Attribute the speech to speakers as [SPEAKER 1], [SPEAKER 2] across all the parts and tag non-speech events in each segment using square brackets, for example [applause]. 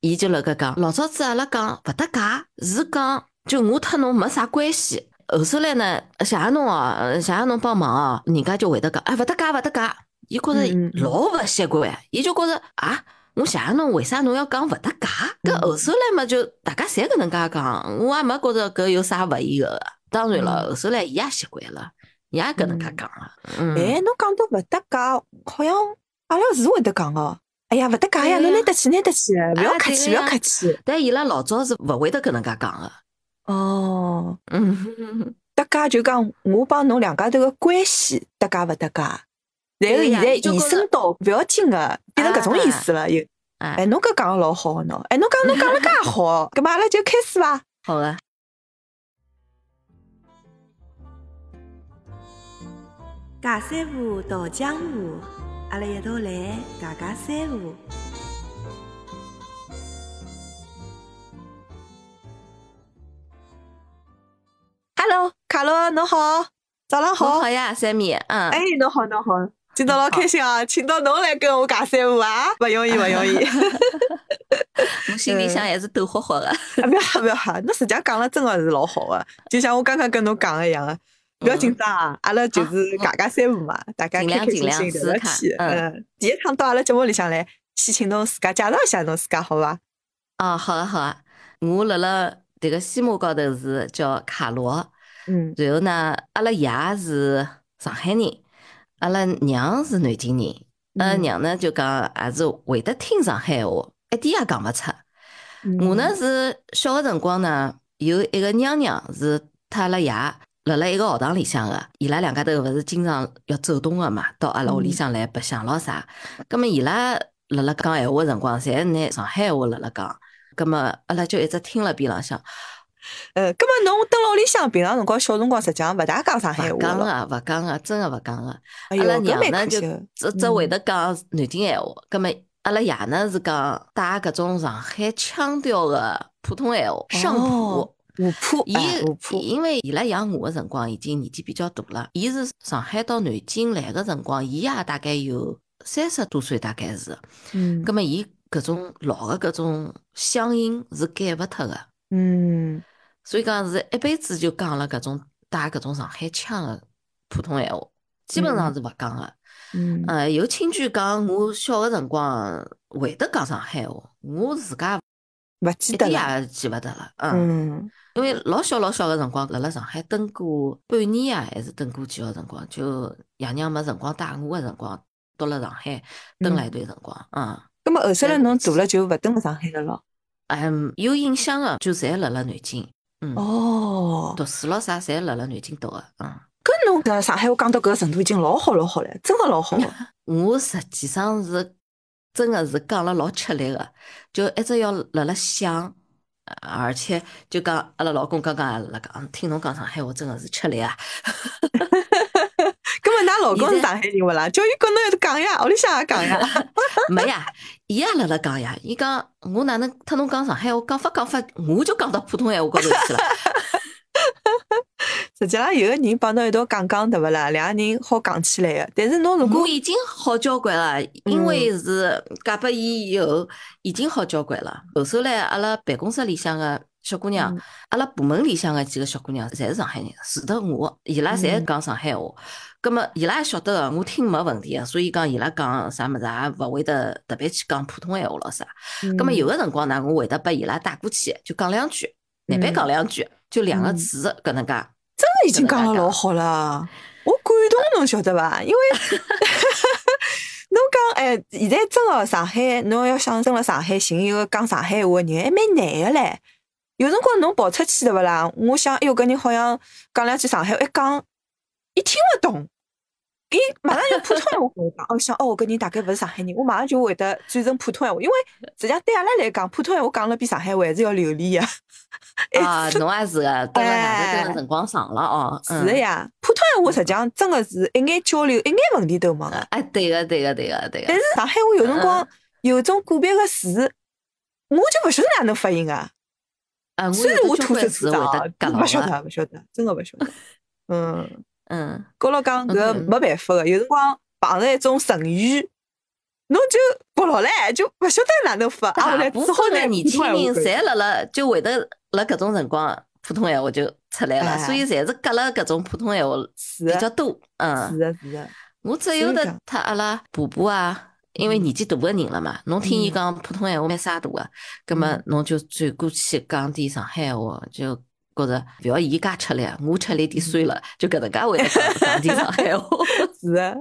[SPEAKER 1] 伊就辣盖讲，老早子阿拉讲勿搭界，是讲就我和侬没啥关系。后头来呢，谢谢侬哦，谢谢侬帮忙哦，人家就会得讲，哎，勿搭界，勿搭界。伊觉
[SPEAKER 2] 嗯嗯
[SPEAKER 1] 着
[SPEAKER 2] 嗯
[SPEAKER 1] 老勿习惯，伊就觉着啊，我谢谢侬，为啥侬要讲勿搭界？
[SPEAKER 2] 嗯
[SPEAKER 1] 搿后首来嘛，就大家侪搿能介讲，我也没觉着搿有啥勿一个的。当然了，
[SPEAKER 2] 嗯
[SPEAKER 1] 后首来伊也习惯了，伊也搿能介讲了。嗯，
[SPEAKER 2] 哎，侬讲到勿搭界，好像阿拉是会得讲哦。哎呀，勿搭界呀，哎
[SPEAKER 1] 对
[SPEAKER 2] 侬
[SPEAKER 1] 呀
[SPEAKER 2] 拿得起，拿得起，勿要
[SPEAKER 1] 啊
[SPEAKER 2] 客
[SPEAKER 1] 对
[SPEAKER 2] 气，勿要
[SPEAKER 1] 呀
[SPEAKER 2] 客气。
[SPEAKER 1] 但伊拉老早是勿会得搿能介讲的。
[SPEAKER 2] 哦，
[SPEAKER 1] [laughs] 嗯，
[SPEAKER 2] 搭界就讲我帮侬两家头个关系搭界勿搭界，然后
[SPEAKER 1] 对
[SPEAKER 2] 现
[SPEAKER 1] 呀
[SPEAKER 2] 在
[SPEAKER 1] 伊就
[SPEAKER 2] 延
[SPEAKER 1] 觉
[SPEAKER 2] 伸
[SPEAKER 1] 得
[SPEAKER 2] 到勿要紧啊个，变成搿种意思了又。
[SPEAKER 1] 啊
[SPEAKER 2] 哎，侬搿讲个老好个喏，哎，侬讲侬讲了介好，搿么阿拉就开始伐？
[SPEAKER 1] 好啊的。
[SPEAKER 3] 尬三胡道江湖，阿拉一道来尬尬三胡。
[SPEAKER 2] Hello，卡罗，侬好，早浪
[SPEAKER 1] 侬
[SPEAKER 2] 好
[SPEAKER 1] 好。呀，三米，嗯，
[SPEAKER 2] 哎，侬好，侬好，今朝老开心啊，请到侬来跟我尬三胡啊，勿容易，勿容易。
[SPEAKER 1] 我心里想也是抖霍霍的。
[SPEAKER 2] [laughs] 啊，不要不要，侬实际讲了真的是老好的，就像我刚刚跟侬讲的一样的，不要紧张啊，阿拉就是
[SPEAKER 1] 好
[SPEAKER 2] 尬尬三胡嘛，大
[SPEAKER 1] 嗯啊
[SPEAKER 2] 家
[SPEAKER 1] 尽
[SPEAKER 2] 开
[SPEAKER 1] 量
[SPEAKER 2] 开
[SPEAKER 1] 尽
[SPEAKER 2] 心
[SPEAKER 1] 量
[SPEAKER 2] 心
[SPEAKER 1] 试
[SPEAKER 2] 聊聊
[SPEAKER 1] 看
[SPEAKER 2] 天。
[SPEAKER 1] 嗯
[SPEAKER 2] 嗯，第一趟到阿拉节目里向来，先请侬自家介绍一下侬自家好伐？
[SPEAKER 1] 哦，好啊，好啊，我辣辣迭个西马高头是叫卡罗，
[SPEAKER 2] 嗯
[SPEAKER 1] 然后呢，阿拉爷是上海人，阿拉娘是南京人，阿拉
[SPEAKER 2] 嗯
[SPEAKER 1] 娘呢就讲也是会得听上海话，一点也讲勿出。
[SPEAKER 2] 嗯
[SPEAKER 1] 我呢是小个辰光呢，有一个娘娘是她阿拉爷辣辣一个学堂里向个，伊拉两家头勿是经常要走动个嘛，到阿拉屋里
[SPEAKER 2] 嗯
[SPEAKER 1] 向来白相咯啥。葛么伊拉辣辣讲闲话个辰光，侪拿上海话辣辣讲。葛么阿拉就一直听了边浪向，
[SPEAKER 2] 呃，葛么侬蹲辣屋里向，平常辰光小辰光实际上勿大讲上海
[SPEAKER 1] 勿
[SPEAKER 2] 话
[SPEAKER 1] 讲
[SPEAKER 2] 了。
[SPEAKER 1] 个，勿讲个，真个勿讲个。阿
[SPEAKER 2] 哎呦，
[SPEAKER 1] 拉
[SPEAKER 2] 搿
[SPEAKER 1] 娘
[SPEAKER 2] 蛮
[SPEAKER 1] 呢
[SPEAKER 2] 可
[SPEAKER 1] 就
[SPEAKER 2] 惜的。嗯
[SPEAKER 1] 只只会得讲南京闲话，葛么阿拉爷呢是讲带搿种上海腔调个普通闲话，上
[SPEAKER 2] 哦
[SPEAKER 1] 普。
[SPEAKER 2] 五铺，
[SPEAKER 1] 伊
[SPEAKER 2] 哎，五铺，
[SPEAKER 1] 因为伊拉养我个辰光已经年纪比较大了，伊是上海到南京来个辰光，伊也大概有三十多岁，大概是。
[SPEAKER 2] 嗯
[SPEAKER 1] 葛么伊搿种老个搿种乡音是改勿脱个，
[SPEAKER 2] 嗯，
[SPEAKER 1] 所以讲是一辈子就讲了搿种带搿种上海腔个普通闲话，基本上是勿讲个。
[SPEAKER 2] 嗯
[SPEAKER 1] 呃，有亲眷讲我小个辰光会得讲上海话，我自家
[SPEAKER 2] 勿
[SPEAKER 1] 一
[SPEAKER 2] 记得
[SPEAKER 1] 点
[SPEAKER 2] 了。
[SPEAKER 1] 也记勿得了。嗯。
[SPEAKER 2] 嗯
[SPEAKER 1] 因为老小老小个辰光，辣辣上海蹲过半年啊，还是蹲过几个辰光，就爷娘没辰光带我个辰光，到了上海蹲了一段辰光，嗯，
[SPEAKER 2] 葛么后首来
[SPEAKER 1] 嗯
[SPEAKER 2] 侬大了就勿蹲辣上海了咯。
[SPEAKER 1] 嗯，有印象个就侪辣辣南京，嗯，
[SPEAKER 2] 哦，
[SPEAKER 1] 读书咯啥侪辣辣南京读个，嗯，
[SPEAKER 2] 搿侬搿上海话讲到搿个程度已经老好老好了，真个
[SPEAKER 1] [laughs]
[SPEAKER 2] 老好了。
[SPEAKER 1] 我实际上是真个是讲了老吃力个，就一直要辣辣想。呃而且就讲阿拉老公刚刚也辣辣讲，听侬讲上海话真个是吃力啊！
[SPEAKER 2] 葛么，㑚老公
[SPEAKER 1] 现
[SPEAKER 2] 是
[SPEAKER 1] 在
[SPEAKER 2] 上海人勿啦？叫伊跟侬要讲呀，屋 [laughs] 里向也讲呀。
[SPEAKER 1] [laughs] 没呀，伊也辣辣讲呀，伊讲我哪能特侬讲上海话，讲法讲法，我就讲到普通闲话高头
[SPEAKER 2] [laughs]
[SPEAKER 1] 去了。
[SPEAKER 2] 实际上，有个人帮侬一道讲讲，对勿啦？两个人好讲起来个。但是侬如
[SPEAKER 1] 我
[SPEAKER 2] 果
[SPEAKER 1] 已经好交关了，因
[SPEAKER 2] 嗯
[SPEAKER 1] 为是嫁拨伊以后，已经好交关了。后首来阿拉办公室里向个小姑娘
[SPEAKER 2] 嗯，
[SPEAKER 1] 阿拉部门里向个几个小姑娘，侪是上海人，除脱我，伊拉侪
[SPEAKER 2] 嗯
[SPEAKER 1] 讲上海话。葛么伊拉也晓得个，我听没问题个，啊所以讲伊拉讲啥物事也勿会得特别去讲普通闲话咯啥。
[SPEAKER 2] 嗯，
[SPEAKER 1] 咁么有个辰光呢，我会得拨伊拉带过去，就讲两句，难边讲两句，就两个
[SPEAKER 2] 嗯
[SPEAKER 1] 字搿能
[SPEAKER 2] [laughs]
[SPEAKER 1] 介。
[SPEAKER 2] 真个已经讲了老好了，我感动侬晓得伐？因为 [laughs] 侬讲哎，现在真个上海，侬要想真辣上海寻一个讲上海话个人，还哎蛮难个唻。有辰光侬跑出去对勿啦？我想，哎哟，搿人好像讲两句上海话，一哎讲，伊听勿懂，伊马上用普通闲话跟我讲。哦，想哦，搿人大概勿是上海人，我马上就会得转成普通闲话，因为实际上对阿拉来讲，普通闲话讲了比上海话还是要流利个。
[SPEAKER 1] 啊，侬也
[SPEAKER 2] [laughs]
[SPEAKER 1] 是个，蹲辣外头
[SPEAKER 2] 哎
[SPEAKER 1] 蹲了辰光长了哦。
[SPEAKER 2] 是的呀，普通闲话实际上真的是一眼交流，一眼问题都没
[SPEAKER 1] 嗯。
[SPEAKER 2] 个。
[SPEAKER 1] 哎，对个，对个，对个，对
[SPEAKER 2] 但
[SPEAKER 1] 个。
[SPEAKER 2] 是上海话有辰光有种个别个词，我就勿晓得哪能发音啊。
[SPEAKER 1] 啊，我
[SPEAKER 2] 虽然
[SPEAKER 1] 有
[SPEAKER 2] 我
[SPEAKER 1] 得
[SPEAKER 2] 吐
[SPEAKER 1] 交
[SPEAKER 2] 舌
[SPEAKER 1] 关词
[SPEAKER 2] 头长
[SPEAKER 1] 会
[SPEAKER 2] 啊
[SPEAKER 1] 得夹，
[SPEAKER 2] [laughs] 勿晓
[SPEAKER 1] 牢个。
[SPEAKER 2] 得，勿晓得，真的勿晓得。嗯，
[SPEAKER 1] 嗯，
[SPEAKER 2] 高老讲搿
[SPEAKER 1] 嗯
[SPEAKER 2] 没办法个，有辰光碰着一种成语，侬就觉老唻，就勿晓得哪能发，啊，后
[SPEAKER 1] 大
[SPEAKER 2] 来
[SPEAKER 1] 部
[SPEAKER 2] 只好
[SPEAKER 1] 分的
[SPEAKER 2] 拿
[SPEAKER 1] 年
[SPEAKER 2] 普
[SPEAKER 1] 轻
[SPEAKER 2] 通
[SPEAKER 1] 人
[SPEAKER 2] 闲话
[SPEAKER 1] 侪辣辣就会得辣搿种辰光，普通闲话就出来了，
[SPEAKER 2] 哎
[SPEAKER 1] 所以侪是夹辣搿种普通闲话
[SPEAKER 2] 是
[SPEAKER 1] 比
[SPEAKER 2] 的
[SPEAKER 1] 较多。
[SPEAKER 2] 是
[SPEAKER 1] 嗯，
[SPEAKER 2] 的，是啊的，
[SPEAKER 1] 我只有
[SPEAKER 2] 所以嗯
[SPEAKER 1] 得
[SPEAKER 2] 讲
[SPEAKER 1] 他阿拉婆婆啊，因为年纪大个人了嘛，侬听伊讲普通闲话蛮沙大个，葛末
[SPEAKER 2] 嗯
[SPEAKER 1] 侬就转过去讲点上海闲话，就觉着勿要伊介吃力，我吃力点算了，
[SPEAKER 2] 嗯
[SPEAKER 1] 就搿能介会得讲讲点上海
[SPEAKER 2] [laughs]
[SPEAKER 1] 话。
[SPEAKER 2] 是的，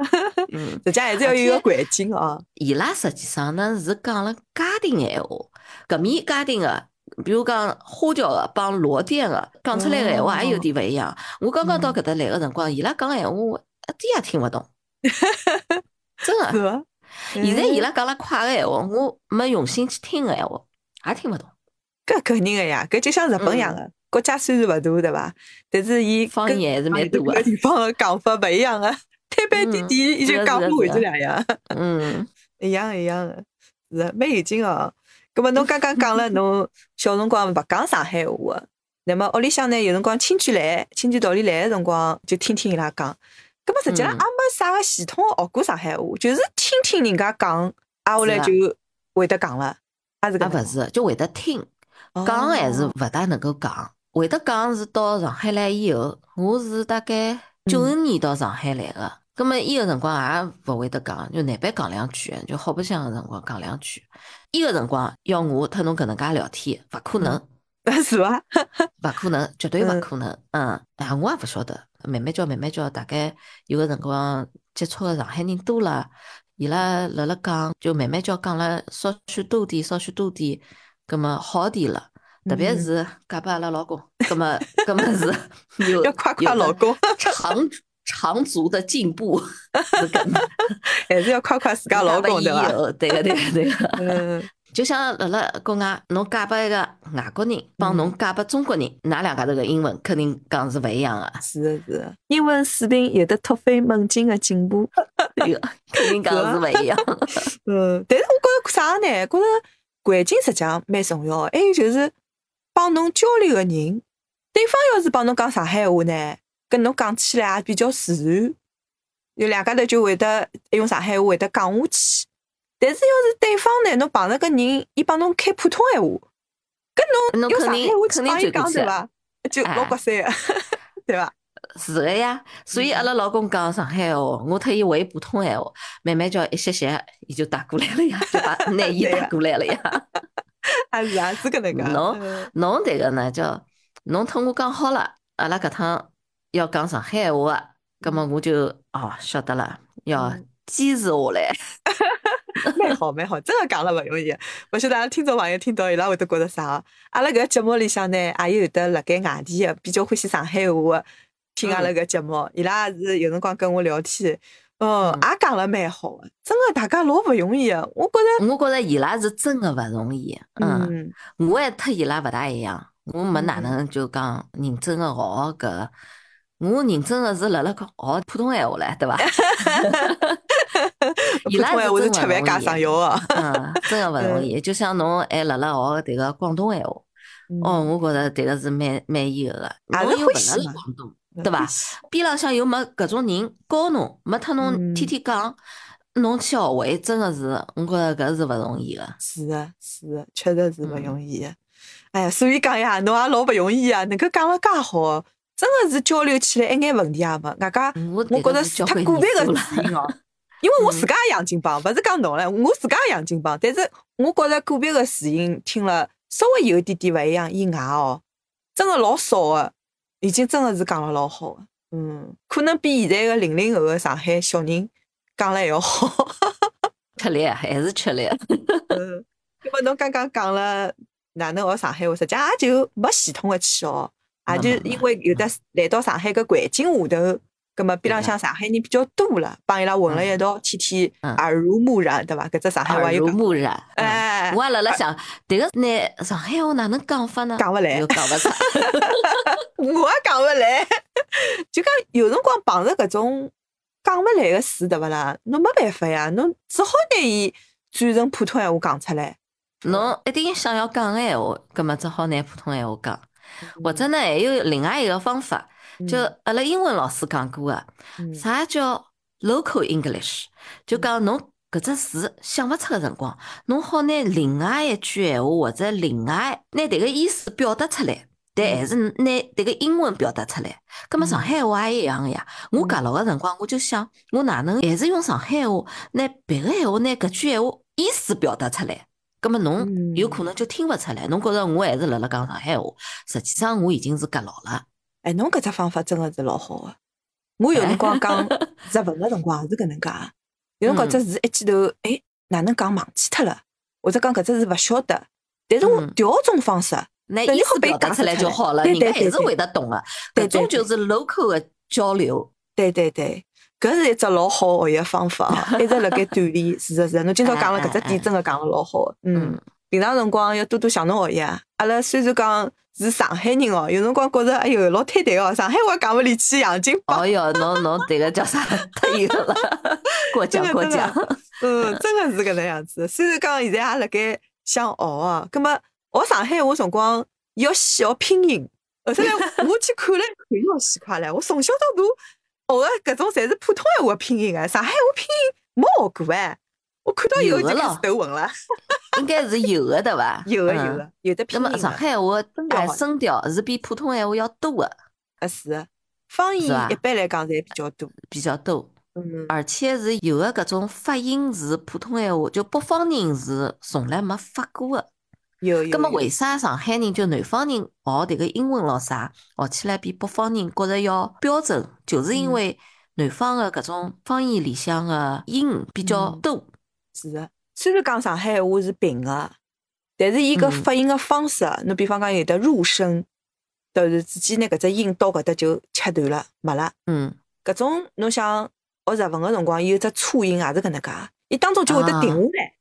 [SPEAKER 1] 嗯，
[SPEAKER 2] 实际还是要有一
[SPEAKER 1] 而
[SPEAKER 2] 个
[SPEAKER 1] 且
[SPEAKER 2] 环境啊。
[SPEAKER 1] 伊拉实际上呢是讲了家庭闲话，搿面家庭个，比如讲花轿个帮罗店个，讲出来个
[SPEAKER 2] 哦
[SPEAKER 1] 闲话还有点勿一样。我刚刚到
[SPEAKER 2] 嗯
[SPEAKER 1] 搿搭来个辰光，伊拉讲闲话我一点也听勿
[SPEAKER 2] [laughs]
[SPEAKER 1] 懂，真
[SPEAKER 2] 是
[SPEAKER 1] 个。
[SPEAKER 2] 吧？
[SPEAKER 1] [laughs] 现在伊
[SPEAKER 2] 拉
[SPEAKER 1] 拉讲了快个闲话，我没用心去听个闲话，也听勿懂。
[SPEAKER 2] 搿肯定个呀，搿就像日本一样个，国家虽然勿大，对伐？但是伊
[SPEAKER 1] 嗯方
[SPEAKER 2] 跟
[SPEAKER 1] 言还是蛮
[SPEAKER 2] 别
[SPEAKER 1] 多
[SPEAKER 2] 个
[SPEAKER 1] 的
[SPEAKER 2] 地方个讲法勿
[SPEAKER 1] [laughs]
[SPEAKER 2] 一样个，台北地
[SPEAKER 1] 嗯
[SPEAKER 2] 地伊
[SPEAKER 1] 是
[SPEAKER 2] 就
[SPEAKER 1] 的
[SPEAKER 2] 讲
[SPEAKER 1] 是
[SPEAKER 2] 法
[SPEAKER 1] 的
[SPEAKER 2] 完
[SPEAKER 1] 是
[SPEAKER 2] 全
[SPEAKER 1] 的
[SPEAKER 2] 两样，
[SPEAKER 1] 嗯，
[SPEAKER 2] [laughs] 一样一样个，是的蛮有劲哦。葛末侬刚刚讲了，侬小辰光勿讲上海话个，那么屋里向呢有辰光亲戚来，亲戚道理来个辰光就听听伊拉讲。葛末实际上也
[SPEAKER 1] 嗯
[SPEAKER 2] 没啥个系统地学过上海话，就是听听人家讲，啊后来
[SPEAKER 1] 是
[SPEAKER 2] 就
[SPEAKER 1] 的
[SPEAKER 2] 会得讲了，也是搿
[SPEAKER 1] 也
[SPEAKER 2] 能
[SPEAKER 1] 啊勿是，就会得听，
[SPEAKER 2] 哦
[SPEAKER 1] 讲还是勿大能够讲。会得讲是到上海来以后，我是大概九十年到上海来个，葛么伊个辰光也勿会得讲，就难办讲两句，就好白相个辰光讲两句。伊个辰光要我和侬搿能介聊天，勿可能，
[SPEAKER 2] [laughs] 是伐？
[SPEAKER 1] [laughs] 勿可能，绝对
[SPEAKER 2] 嗯
[SPEAKER 1] 勿可能。嗯，啊，我也勿晓得，慢慢叫，慢慢叫，大概有个辰光接触个上海人多了，伊拉辣辣讲，就慢慢叫讲了，少许多点，少许多点，葛么好点了。特别
[SPEAKER 2] 嗯
[SPEAKER 1] 是嫁拨阿拉老公，葛么葛么是有
[SPEAKER 2] 要夸夸
[SPEAKER 1] 有的
[SPEAKER 2] 老公，
[SPEAKER 1] 长长足的进步，是搿能
[SPEAKER 2] [laughs] 还是要夸夸自家老公
[SPEAKER 1] 嫁拨伊
[SPEAKER 2] 对
[SPEAKER 1] 以
[SPEAKER 2] 伐？
[SPEAKER 1] 后对个对个对个。
[SPEAKER 2] 嗯，
[SPEAKER 1] 就像辣辣国外，啊侬嫁拨一个外国人，帮侬嫁拨中国人，㑚两家头个英文肯定讲是勿一样个，
[SPEAKER 2] 是的，是的，英文水平有的突飞猛进的进步。
[SPEAKER 1] [laughs] 对个，肯定讲是勿一样。
[SPEAKER 2] [laughs] 嗯，但是我觉着啥呢？觉着环境实际上蛮重要的，还有就是帮侬交流的人，对方要是帮侬讲上海话呢，跟侬讲起来也比较自然，有两家头就会得用上海话会得讲下去。但是要是对方呢，侬碰着个人，伊帮侬开普通闲话，跟侬
[SPEAKER 1] 侬
[SPEAKER 2] 用
[SPEAKER 1] 肯
[SPEAKER 2] 上海
[SPEAKER 1] 定
[SPEAKER 2] 话去
[SPEAKER 1] 肯定
[SPEAKER 2] 帮伊
[SPEAKER 1] 转过
[SPEAKER 2] 讲
[SPEAKER 1] 去
[SPEAKER 2] 对
[SPEAKER 1] 了
[SPEAKER 2] 伐？ [laughs] 就老
[SPEAKER 1] 哎
[SPEAKER 2] 国三个， [laughs] 对伐？
[SPEAKER 1] 是个呀，所
[SPEAKER 2] 嗯
[SPEAKER 1] 以阿拉老公讲上海话，我特意回普通闲话，慢慢叫一歇歇，伊就带过来
[SPEAKER 2] [laughs]
[SPEAKER 1] 了呀，就把拿伊
[SPEAKER 2] 对呀
[SPEAKER 1] 带过来了呀。
[SPEAKER 2] 啊是啊，是搿能介。
[SPEAKER 1] 喏
[SPEAKER 2] 嗯
[SPEAKER 1] [laughs] 侬迭个呢，叫侬同我讲好了，阿拉搿趟要讲上海闲话个，葛么我就哦晓得了，要
[SPEAKER 2] 嗯
[SPEAKER 1] 坚持下来。 [laughs]
[SPEAKER 2] 蛮好蛮好，真个讲了勿容易。勿晓得阿拉听众朋友听到伊拉会得觉着啥哦？阿拉搿个节目里向呢，也有得辣盖外地个比较欢喜上海话个，听阿拉
[SPEAKER 1] 嗯
[SPEAKER 2] 搿节目，伊拉也是有辰光跟我聊天，哦，
[SPEAKER 1] 嗯
[SPEAKER 2] 也讲了蛮好个，真个大家老勿容易个。我觉着，
[SPEAKER 1] 我觉着伊拉是真个勿容易，嗯，
[SPEAKER 2] 嗯，
[SPEAKER 1] 我还特伊拉勿大一样，我没哪
[SPEAKER 2] 嗯
[SPEAKER 1] 能就讲认真个学搿，我认真个是辣辣学普通闲话唻，
[SPEAKER 2] [laughs]
[SPEAKER 1] 对伐？伊
[SPEAKER 2] 普
[SPEAKER 1] 拉
[SPEAKER 2] 通
[SPEAKER 1] 是
[SPEAKER 2] 闲话
[SPEAKER 1] 真勿
[SPEAKER 2] 是吃饭
[SPEAKER 1] 容
[SPEAKER 2] 加
[SPEAKER 1] 易
[SPEAKER 2] 上啊药个。
[SPEAKER 1] 嗯，真个勿容易，就像侬还辣辣学迭个广东闲话，哦，
[SPEAKER 2] 嗯，啊
[SPEAKER 1] 我觉着迭个是蛮蛮有个，
[SPEAKER 2] 也
[SPEAKER 1] 侬
[SPEAKER 2] 是
[SPEAKER 1] 又
[SPEAKER 2] 欢
[SPEAKER 1] 勿辣
[SPEAKER 2] 喜
[SPEAKER 1] 辣
[SPEAKER 2] 嘛
[SPEAKER 1] 广东，对伐
[SPEAKER 2] [laughs] 欢喜？
[SPEAKER 1] 边浪向又没搿种人教侬，没特
[SPEAKER 2] 嗯
[SPEAKER 1] 侬天天讲，侬去学会，真个是，我觉着搿是勿容易个。
[SPEAKER 2] 是的，是的，确实是勿
[SPEAKER 1] 嗯
[SPEAKER 2] 容易的。哎呀，所以讲呀，侬也老勿容易啊，能够讲了介好，真的是交流起来一眼问题也没。外加
[SPEAKER 1] 我
[SPEAKER 2] 我
[SPEAKER 1] 迭
[SPEAKER 2] 觉
[SPEAKER 1] 个
[SPEAKER 2] 着
[SPEAKER 1] 嗯是
[SPEAKER 2] 是
[SPEAKER 1] 交
[SPEAKER 2] 太
[SPEAKER 1] 关
[SPEAKER 2] 个
[SPEAKER 1] 年数
[SPEAKER 2] 别个
[SPEAKER 1] 了。嗯
[SPEAKER 2] 原因哦。因为我自家也洋泾浜，勿是讲侬唻，我自家也洋泾浜，但是我觉着个别个事情听了稍微有一点点勿一样以外哦，真的老少个，已经真的是讲了老好个。嗯，可能比现在个零零后个上海小人讲了还要好。
[SPEAKER 1] [laughs] 吃力还是吃力，
[SPEAKER 2] 嗯，那么侬刚刚讲了哪能学上海话，实际也就没系统的去学，
[SPEAKER 1] 没
[SPEAKER 2] 也就
[SPEAKER 1] 没
[SPEAKER 2] 因为有的来到上海个环境下头，葛么边浪
[SPEAKER 1] 对
[SPEAKER 2] 向上海人比较多了，帮伊拉混了一
[SPEAKER 1] 嗯
[SPEAKER 2] 道，天天
[SPEAKER 1] 嗯
[SPEAKER 2] 耳濡目染，对伐？搿只上海话
[SPEAKER 1] 耳
[SPEAKER 2] 又
[SPEAKER 1] 濡
[SPEAKER 2] 讲，
[SPEAKER 1] 目染。嗯
[SPEAKER 2] 哎，
[SPEAKER 1] 我也辣辣想，迭个拿上海话哪能讲法呢？
[SPEAKER 2] 讲勿来
[SPEAKER 1] 又，讲勿出。
[SPEAKER 2] [laughs] 我也讲勿来，就讲有辰光碰着搿种讲勿来个词，对勿啦？侬没办法呀，侬只好拿伊转成普通闲话讲出来，
[SPEAKER 1] 侬一定想要讲个闲话，葛末只好拿普通闲话讲。或者呢，还有另外一个方法，就阿拉英文老师讲过个，
[SPEAKER 2] 嗯
[SPEAKER 1] 啥叫 local English？就讲侬搿只字想勿出个辰光，侬好拿另外一句闲话或者另外拿迭个意思表达出来，但
[SPEAKER 2] 嗯
[SPEAKER 1] 还是拿迭个英文表达出来。葛末上海话也一样个呀。
[SPEAKER 2] 嗯
[SPEAKER 1] 我搿老个辰光，我就想，我哪能还是用上海话拿别个闲话拿搿句闲话意思表达出来？葛末侬
[SPEAKER 2] 嗯
[SPEAKER 1] 有可能就听勿出来，侬觉着我还是辣辣讲上海话，实际上我已经是搿老了。
[SPEAKER 2] 哎，侬搿只方法真个是老好个。我有辰光讲日文个辰光也是搿能介的，有辰光
[SPEAKER 1] 哎嗯
[SPEAKER 2] 只字一记头，哎，哪能讲忘记脱了，或者讲搿只字勿晓得，但是我
[SPEAKER 1] 嗯
[SPEAKER 2] 调种方式，啊
[SPEAKER 1] 那意
[SPEAKER 2] 对你好
[SPEAKER 1] 思
[SPEAKER 2] 被
[SPEAKER 1] 表达
[SPEAKER 2] 讲
[SPEAKER 1] 出来
[SPEAKER 2] 出
[SPEAKER 1] 就
[SPEAKER 2] 来
[SPEAKER 1] 好了，
[SPEAKER 2] 对
[SPEAKER 1] 人
[SPEAKER 2] 对
[SPEAKER 1] 家
[SPEAKER 2] 对
[SPEAKER 1] 还是
[SPEAKER 2] 对
[SPEAKER 1] 会得懂个。
[SPEAKER 2] 对
[SPEAKER 1] 搿
[SPEAKER 2] 对
[SPEAKER 1] 种就是 local 的交流。
[SPEAKER 2] 对对对，搿是一只老好个学习方
[SPEAKER 1] [laughs]
[SPEAKER 2] 法啊，一直辣盖锻炼。是的，是的，侬今朝讲了搿只
[SPEAKER 1] 哎哎哎
[SPEAKER 2] 点，真个讲了老好的。嗯
[SPEAKER 1] 嗯，
[SPEAKER 2] 平常辰光要多多向侬学习啊。阿拉虽然讲是上海人哦，有辰光觉着哎哟老坍台哦，上海话讲勿里去，洋泾浜
[SPEAKER 1] 哦哟，侬侬迭个叫啥？ [laughs] 太有了，过
[SPEAKER 2] [laughs] 真
[SPEAKER 1] 奖
[SPEAKER 2] 的
[SPEAKER 1] 过
[SPEAKER 2] 真的
[SPEAKER 1] 奖。
[SPEAKER 2] 嗯，真的是搿能样子。虽然讲现在也辣盖想学啊，葛末学上海话辰光要先学拼音，后头来我去看了一看，要死快唻！我从小到大学的搿种侪是普通闲话拼音啊，上海话拼音没学过哎。我看到以后
[SPEAKER 1] 有
[SPEAKER 2] 就
[SPEAKER 1] 的
[SPEAKER 2] 开
[SPEAKER 1] 咯
[SPEAKER 2] 始头晕了，
[SPEAKER 1] 应该是有的，对伐？
[SPEAKER 2] 有的有
[SPEAKER 1] 嗯。
[SPEAKER 2] 的，有的拼
[SPEAKER 1] 那
[SPEAKER 2] 音
[SPEAKER 1] 么上
[SPEAKER 2] 的，
[SPEAKER 1] 海话
[SPEAKER 2] 真的
[SPEAKER 1] 哎
[SPEAKER 2] 好
[SPEAKER 1] 声调是比普通闲话要多的，
[SPEAKER 2] 啊是的，方言
[SPEAKER 1] 是吧
[SPEAKER 2] 一般来讲侪比较多。
[SPEAKER 1] 比较多，
[SPEAKER 2] 嗯，
[SPEAKER 1] 而且是有的搿种发音是普通闲话，就北方人是从来没发过啊的。
[SPEAKER 2] 有有。
[SPEAKER 1] 那么
[SPEAKER 2] 有
[SPEAKER 1] 为啥上海人就南方人学迭个英文咯啥，学起来比北方人觉着要标准，就是因
[SPEAKER 2] 嗯
[SPEAKER 1] 为南方的搿种方言里向的音比较
[SPEAKER 2] 嗯
[SPEAKER 1] 多。
[SPEAKER 2] 是的，虽然讲上海话是平的，但是伊搿
[SPEAKER 1] 嗯
[SPEAKER 2] 发音的方式啊，侬比方讲有的入声，突然之间拿搿只音到搿搭就切断了，没了。
[SPEAKER 1] 嗯，
[SPEAKER 2] 搿种侬想学日文的辰光，有一只促音也啊是搿能介，伊当中就会得停下来。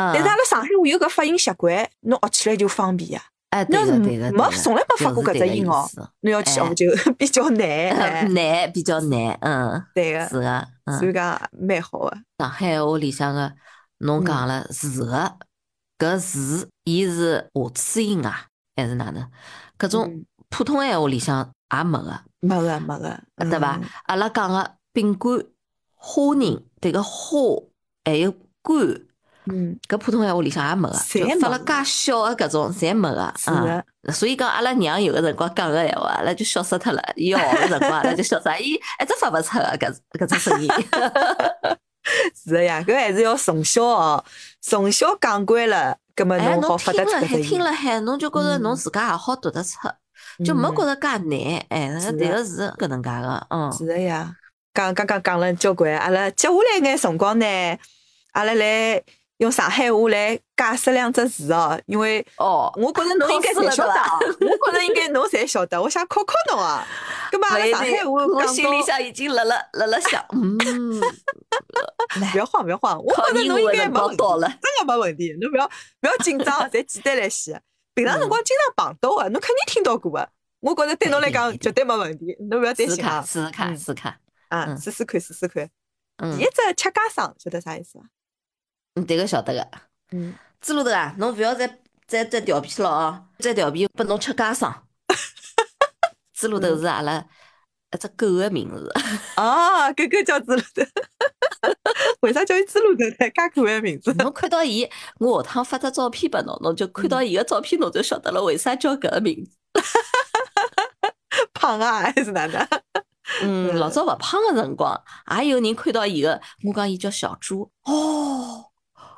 [SPEAKER 1] 啊
[SPEAKER 2] 但是阿拉上海话有搿发音习惯，侬学起来就方便呀。
[SPEAKER 1] 哎，
[SPEAKER 2] 侬
[SPEAKER 1] 对
[SPEAKER 2] 要是
[SPEAKER 1] 个对个，
[SPEAKER 2] 没
[SPEAKER 1] 对个
[SPEAKER 2] 从来没发
[SPEAKER 1] 就
[SPEAKER 2] 过
[SPEAKER 1] 是迭
[SPEAKER 2] 搿只
[SPEAKER 1] 个
[SPEAKER 2] 音
[SPEAKER 1] 意
[SPEAKER 2] 哦，
[SPEAKER 1] 思哎
[SPEAKER 2] 侬要去学就 [laughs] 比较
[SPEAKER 1] [laughs]
[SPEAKER 2] 难。哎
[SPEAKER 1] 难比较难，嗯，
[SPEAKER 2] 对
[SPEAKER 1] 是
[SPEAKER 2] 个，
[SPEAKER 1] 个，
[SPEAKER 2] 所以
[SPEAKER 1] 嗯，
[SPEAKER 2] 讲蛮好的。
[SPEAKER 1] 上海话里向个，侬讲了字个，搿字伊是下齿音啊，还是哪能？搿种
[SPEAKER 2] 嗯
[SPEAKER 1] 普通闲话里向也没个，
[SPEAKER 2] 没个没个，
[SPEAKER 1] 啊对伐
[SPEAKER 2] 嗯？
[SPEAKER 1] 阿拉讲个饼干、花人，迭个花还有干，
[SPEAKER 2] 嗯，
[SPEAKER 1] 搿普通闲话里向也没个，啊
[SPEAKER 2] 侪
[SPEAKER 1] 就发
[SPEAKER 2] 没
[SPEAKER 1] 了
[SPEAKER 2] 个
[SPEAKER 1] 介小个搿种侪没个，
[SPEAKER 2] 是
[SPEAKER 1] 嗯。
[SPEAKER 2] 的，
[SPEAKER 1] 所以讲，阿拉娘有个辰光讲个闲话，阿拉就笑死脱了。伊学个辰光，阿拉就笑死，伊一直发勿出个搿搿只
[SPEAKER 2] [laughs]
[SPEAKER 1] 声音。
[SPEAKER 2] 哎是的呀，搿还是要从小哦，从小讲惯了，葛么
[SPEAKER 1] 哎，
[SPEAKER 2] 好
[SPEAKER 1] 侬
[SPEAKER 2] 发
[SPEAKER 1] 听
[SPEAKER 2] 得出
[SPEAKER 1] 了海，
[SPEAKER 2] 搿只
[SPEAKER 1] 听
[SPEAKER 2] 音，
[SPEAKER 1] 了海，侬就觉着侬
[SPEAKER 2] 嗯
[SPEAKER 1] 自家也好读得出，就没觉
[SPEAKER 2] 嗯
[SPEAKER 1] 着介难。哎，那
[SPEAKER 2] 是
[SPEAKER 1] 迭
[SPEAKER 2] 的
[SPEAKER 1] 个是搿能介个，嗯，
[SPEAKER 2] 是的呀，讲刚刚讲了交关，阿拉接下来眼辰光呢，阿拉来用上海话来解释两只字哦，因为
[SPEAKER 1] 哦，
[SPEAKER 2] 我觉着侬应该
[SPEAKER 1] 考试
[SPEAKER 2] 侪
[SPEAKER 1] 了
[SPEAKER 2] 晓得
[SPEAKER 1] 对
[SPEAKER 2] 啊
[SPEAKER 1] 吧，
[SPEAKER 2] [laughs] 我觉着应该侬侪晓得，我想考考侬啊，葛么阿拉上海话
[SPEAKER 1] 我
[SPEAKER 2] 讲
[SPEAKER 1] 心里
[SPEAKER 2] 到，
[SPEAKER 1] 向已经辣辣辣辣想，嗯，
[SPEAKER 2] 不要慌不要慌，我
[SPEAKER 1] 哎考
[SPEAKER 2] 觉着
[SPEAKER 1] 你
[SPEAKER 2] 侬应
[SPEAKER 1] 我
[SPEAKER 2] 该
[SPEAKER 1] 辰
[SPEAKER 2] 没问
[SPEAKER 1] 光
[SPEAKER 2] 题。
[SPEAKER 1] 到了，
[SPEAKER 2] 真个没问题，侬不要不要紧张，侪简单
[SPEAKER 1] [laughs]
[SPEAKER 2] 来写。平常辰光经常碰到个，侬肯定听到过个。我觉着对侬
[SPEAKER 1] 嗯
[SPEAKER 2] 来
[SPEAKER 1] 一定
[SPEAKER 2] 讲
[SPEAKER 1] 一定
[SPEAKER 2] 绝对没问题，侬不要担
[SPEAKER 1] 试试
[SPEAKER 2] 心
[SPEAKER 1] 看，
[SPEAKER 2] 啊
[SPEAKER 1] 试试看，
[SPEAKER 2] 嗯
[SPEAKER 1] 试试看。
[SPEAKER 2] 啊，
[SPEAKER 1] 嗯
[SPEAKER 2] 试试看，试试看。第
[SPEAKER 1] 嗯
[SPEAKER 2] 一，只吃家生，晓得啥意思伐？啊
[SPEAKER 1] 迭个晓得个。
[SPEAKER 2] 嗯，
[SPEAKER 1] 朱老头啊，侬勿要再再再调皮了哦，再调皮拨侬吃家 [laughs] 生。朱老头是阿拉一只狗个名 [laughs] 字，
[SPEAKER 2] 啊，狗狗叫猪头， [laughs] 为啥叫伊猪头呢？介可爱的名字。
[SPEAKER 1] 侬看到伊，我下趟发只照片拨侬，侬就看到伊个照片，侬就晓得了为啥叫搿个名字。
[SPEAKER 2] 胖啊还是哪能？
[SPEAKER 1] 嗯，老早勿胖个辰光，也有人看到伊个，我讲伊叫小猪，哦，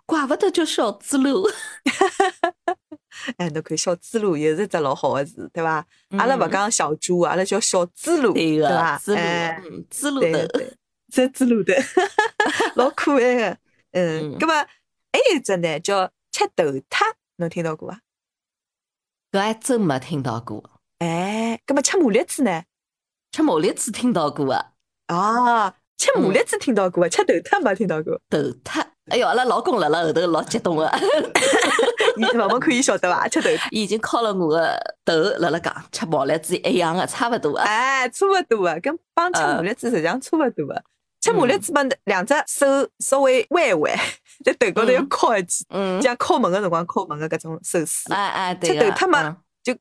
[SPEAKER 1] 怪勿得叫小猪喽。
[SPEAKER 2] 哎，侬看小猪猡也是只老好个字，对伐？阿拉勿讲小猪，啊阿拉叫小猪猡，
[SPEAKER 1] 嗯对个
[SPEAKER 2] 伐，？
[SPEAKER 1] 猪
[SPEAKER 2] 哎
[SPEAKER 1] 老，嗯，猪老
[SPEAKER 2] 对
[SPEAKER 1] 头
[SPEAKER 2] 的，对，这只路的，老可爱的。嗯
[SPEAKER 1] 嗯，
[SPEAKER 2] 那么还有一只呢，叫吃豆挞，侬听到过啊伐？
[SPEAKER 1] 搿还真没听到过，
[SPEAKER 2] 哎，那么吃麻栗子呢？
[SPEAKER 1] 吃毛栗子听到过个。
[SPEAKER 2] 啊，吃麻栗子听到过伐？啊吃豆挞没听到过？
[SPEAKER 1] 头脱。哎哟，阿拉老公辣辣后头老激动个，
[SPEAKER 2] 伊问问看，伊晓得伐？吃豆
[SPEAKER 1] [laughs]
[SPEAKER 2] 挞。
[SPEAKER 1] 伊已经敲了我个头，辣辣讲吃毛栗子一样个，差勿多啊个。
[SPEAKER 2] 哎，差勿多啊，跟帮吃麻栗子实际上差勿多啊。吃麻栗子嘛，两只手稍微弯一弯， [laughs] 在头高头要
[SPEAKER 1] 嗯
[SPEAKER 2] 敲一记，
[SPEAKER 1] 嗯，
[SPEAKER 2] 像敲门个辰光敲门个搿种手势，
[SPEAKER 1] 哎哎，对
[SPEAKER 2] 吃
[SPEAKER 1] 个。
[SPEAKER 2] 头脱嘛
[SPEAKER 1] 嗯？
[SPEAKER 2] 就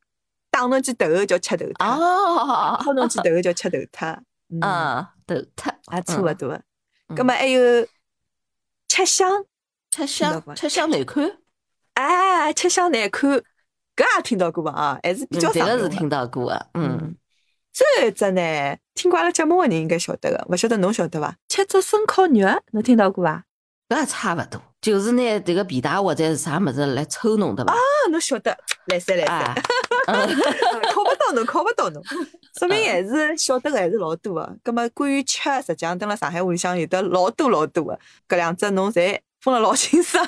[SPEAKER 2] 打侬记头叫吃豆挞。
[SPEAKER 1] 哦，
[SPEAKER 2] 敲侬记头叫吃头挞，嗯，啊
[SPEAKER 1] 嗯，头脱，
[SPEAKER 2] 也差勿多。葛
[SPEAKER 1] 嗯
[SPEAKER 2] 么还有吃吃相，
[SPEAKER 1] 吃
[SPEAKER 2] 听到
[SPEAKER 1] 相
[SPEAKER 2] 过
[SPEAKER 1] 吃相难看，
[SPEAKER 2] 哎，吃相难看，搿也听到过伐？啊，还是比
[SPEAKER 1] 嗯
[SPEAKER 2] 较
[SPEAKER 1] 这
[SPEAKER 2] 常
[SPEAKER 1] 个
[SPEAKER 2] 用
[SPEAKER 1] 是
[SPEAKER 2] 的。
[SPEAKER 1] 听到过的，嗯，
[SPEAKER 2] 最后一只呢，听过阿拉节目的人应该晓得个，勿晓得侬晓得伐？吃只生烤肉，侬听到过伐？啊，
[SPEAKER 1] 搿也差勿多，就是拿迭个皮带或者是啥物事来抽侬，对伐？
[SPEAKER 2] 侬晓得，来塞来塞，
[SPEAKER 1] 啊，嗯
[SPEAKER 2] [laughs] 考勿到侬，考勿到侬，说明还是晓得个还是老多个。葛末关于吃，实际上蹲辣上海屋里向有得老多老多个，搿两只侬侪分了老
[SPEAKER 1] [laughs]
[SPEAKER 2] 清爽，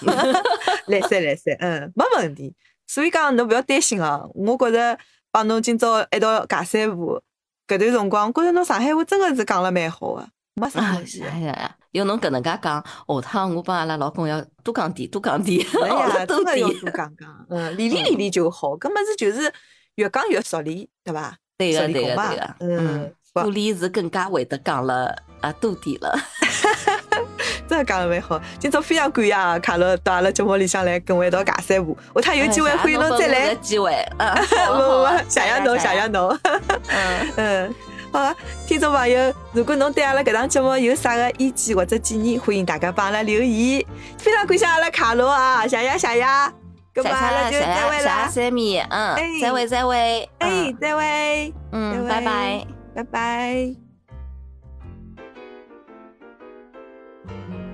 [SPEAKER 2] 来塞来塞，嗯，没问题。所以讲侬勿要担心啊，我觉着帮侬今朝一道尬三胡，搿段辰光，我觉着侬上海话真个是讲了蛮好个，没啥问题。
[SPEAKER 1] 哎呀，要侬搿能介讲，下趟我帮阿拉老公要多讲点，多讲点，
[SPEAKER 2] 哎
[SPEAKER 1] [laughs]
[SPEAKER 2] 呀，
[SPEAKER 1] 多
[SPEAKER 2] 真的要
[SPEAKER 1] 点，
[SPEAKER 2] 多讲讲，嗯，练练练练就好。搿么子就是越讲越熟练，对伐？
[SPEAKER 1] 对
[SPEAKER 2] 熟
[SPEAKER 1] 个
[SPEAKER 2] 练
[SPEAKER 1] 对个
[SPEAKER 2] 讲嘛
[SPEAKER 1] 对个，嗯
[SPEAKER 2] 嗯，，
[SPEAKER 1] 鼓
[SPEAKER 2] 不，
[SPEAKER 1] 励是更加会得讲了啊多点了，
[SPEAKER 2] 真的讲得蛮好。今朝非常感谢啊，卡洛到阿拉节目里向来跟我一道尬三胡，下趟有机
[SPEAKER 1] 哎
[SPEAKER 2] 会欢迎侬再
[SPEAKER 1] 有
[SPEAKER 2] 来。
[SPEAKER 1] 机会，啊，
[SPEAKER 2] 不
[SPEAKER 1] 好啊
[SPEAKER 2] 不
[SPEAKER 1] 好啊
[SPEAKER 2] [laughs] 不，谢
[SPEAKER 1] [laughs]
[SPEAKER 2] 谢侬，谢谢侬。
[SPEAKER 1] 嗯，
[SPEAKER 2] [laughs] 嗯，好啊，听众朋友，如果侬对阿拉搿档节目有啥个意见或者建议，欢迎大家帮阿拉留言。非常感谢阿拉卡洛啊，谢谢谢谢。搿么阿拉
[SPEAKER 1] 谢
[SPEAKER 2] 就
[SPEAKER 1] 谢
[SPEAKER 2] 再
[SPEAKER 1] 谢
[SPEAKER 2] 会
[SPEAKER 1] 谢
[SPEAKER 2] 啦，
[SPEAKER 1] 三米，嗯
[SPEAKER 2] 哎，
[SPEAKER 1] 再会再会，
[SPEAKER 2] 哎
[SPEAKER 1] 嗯，
[SPEAKER 2] 再会。
[SPEAKER 1] 嗯，
[SPEAKER 2] 再
[SPEAKER 1] 拜拜。
[SPEAKER 2] 会拜拜。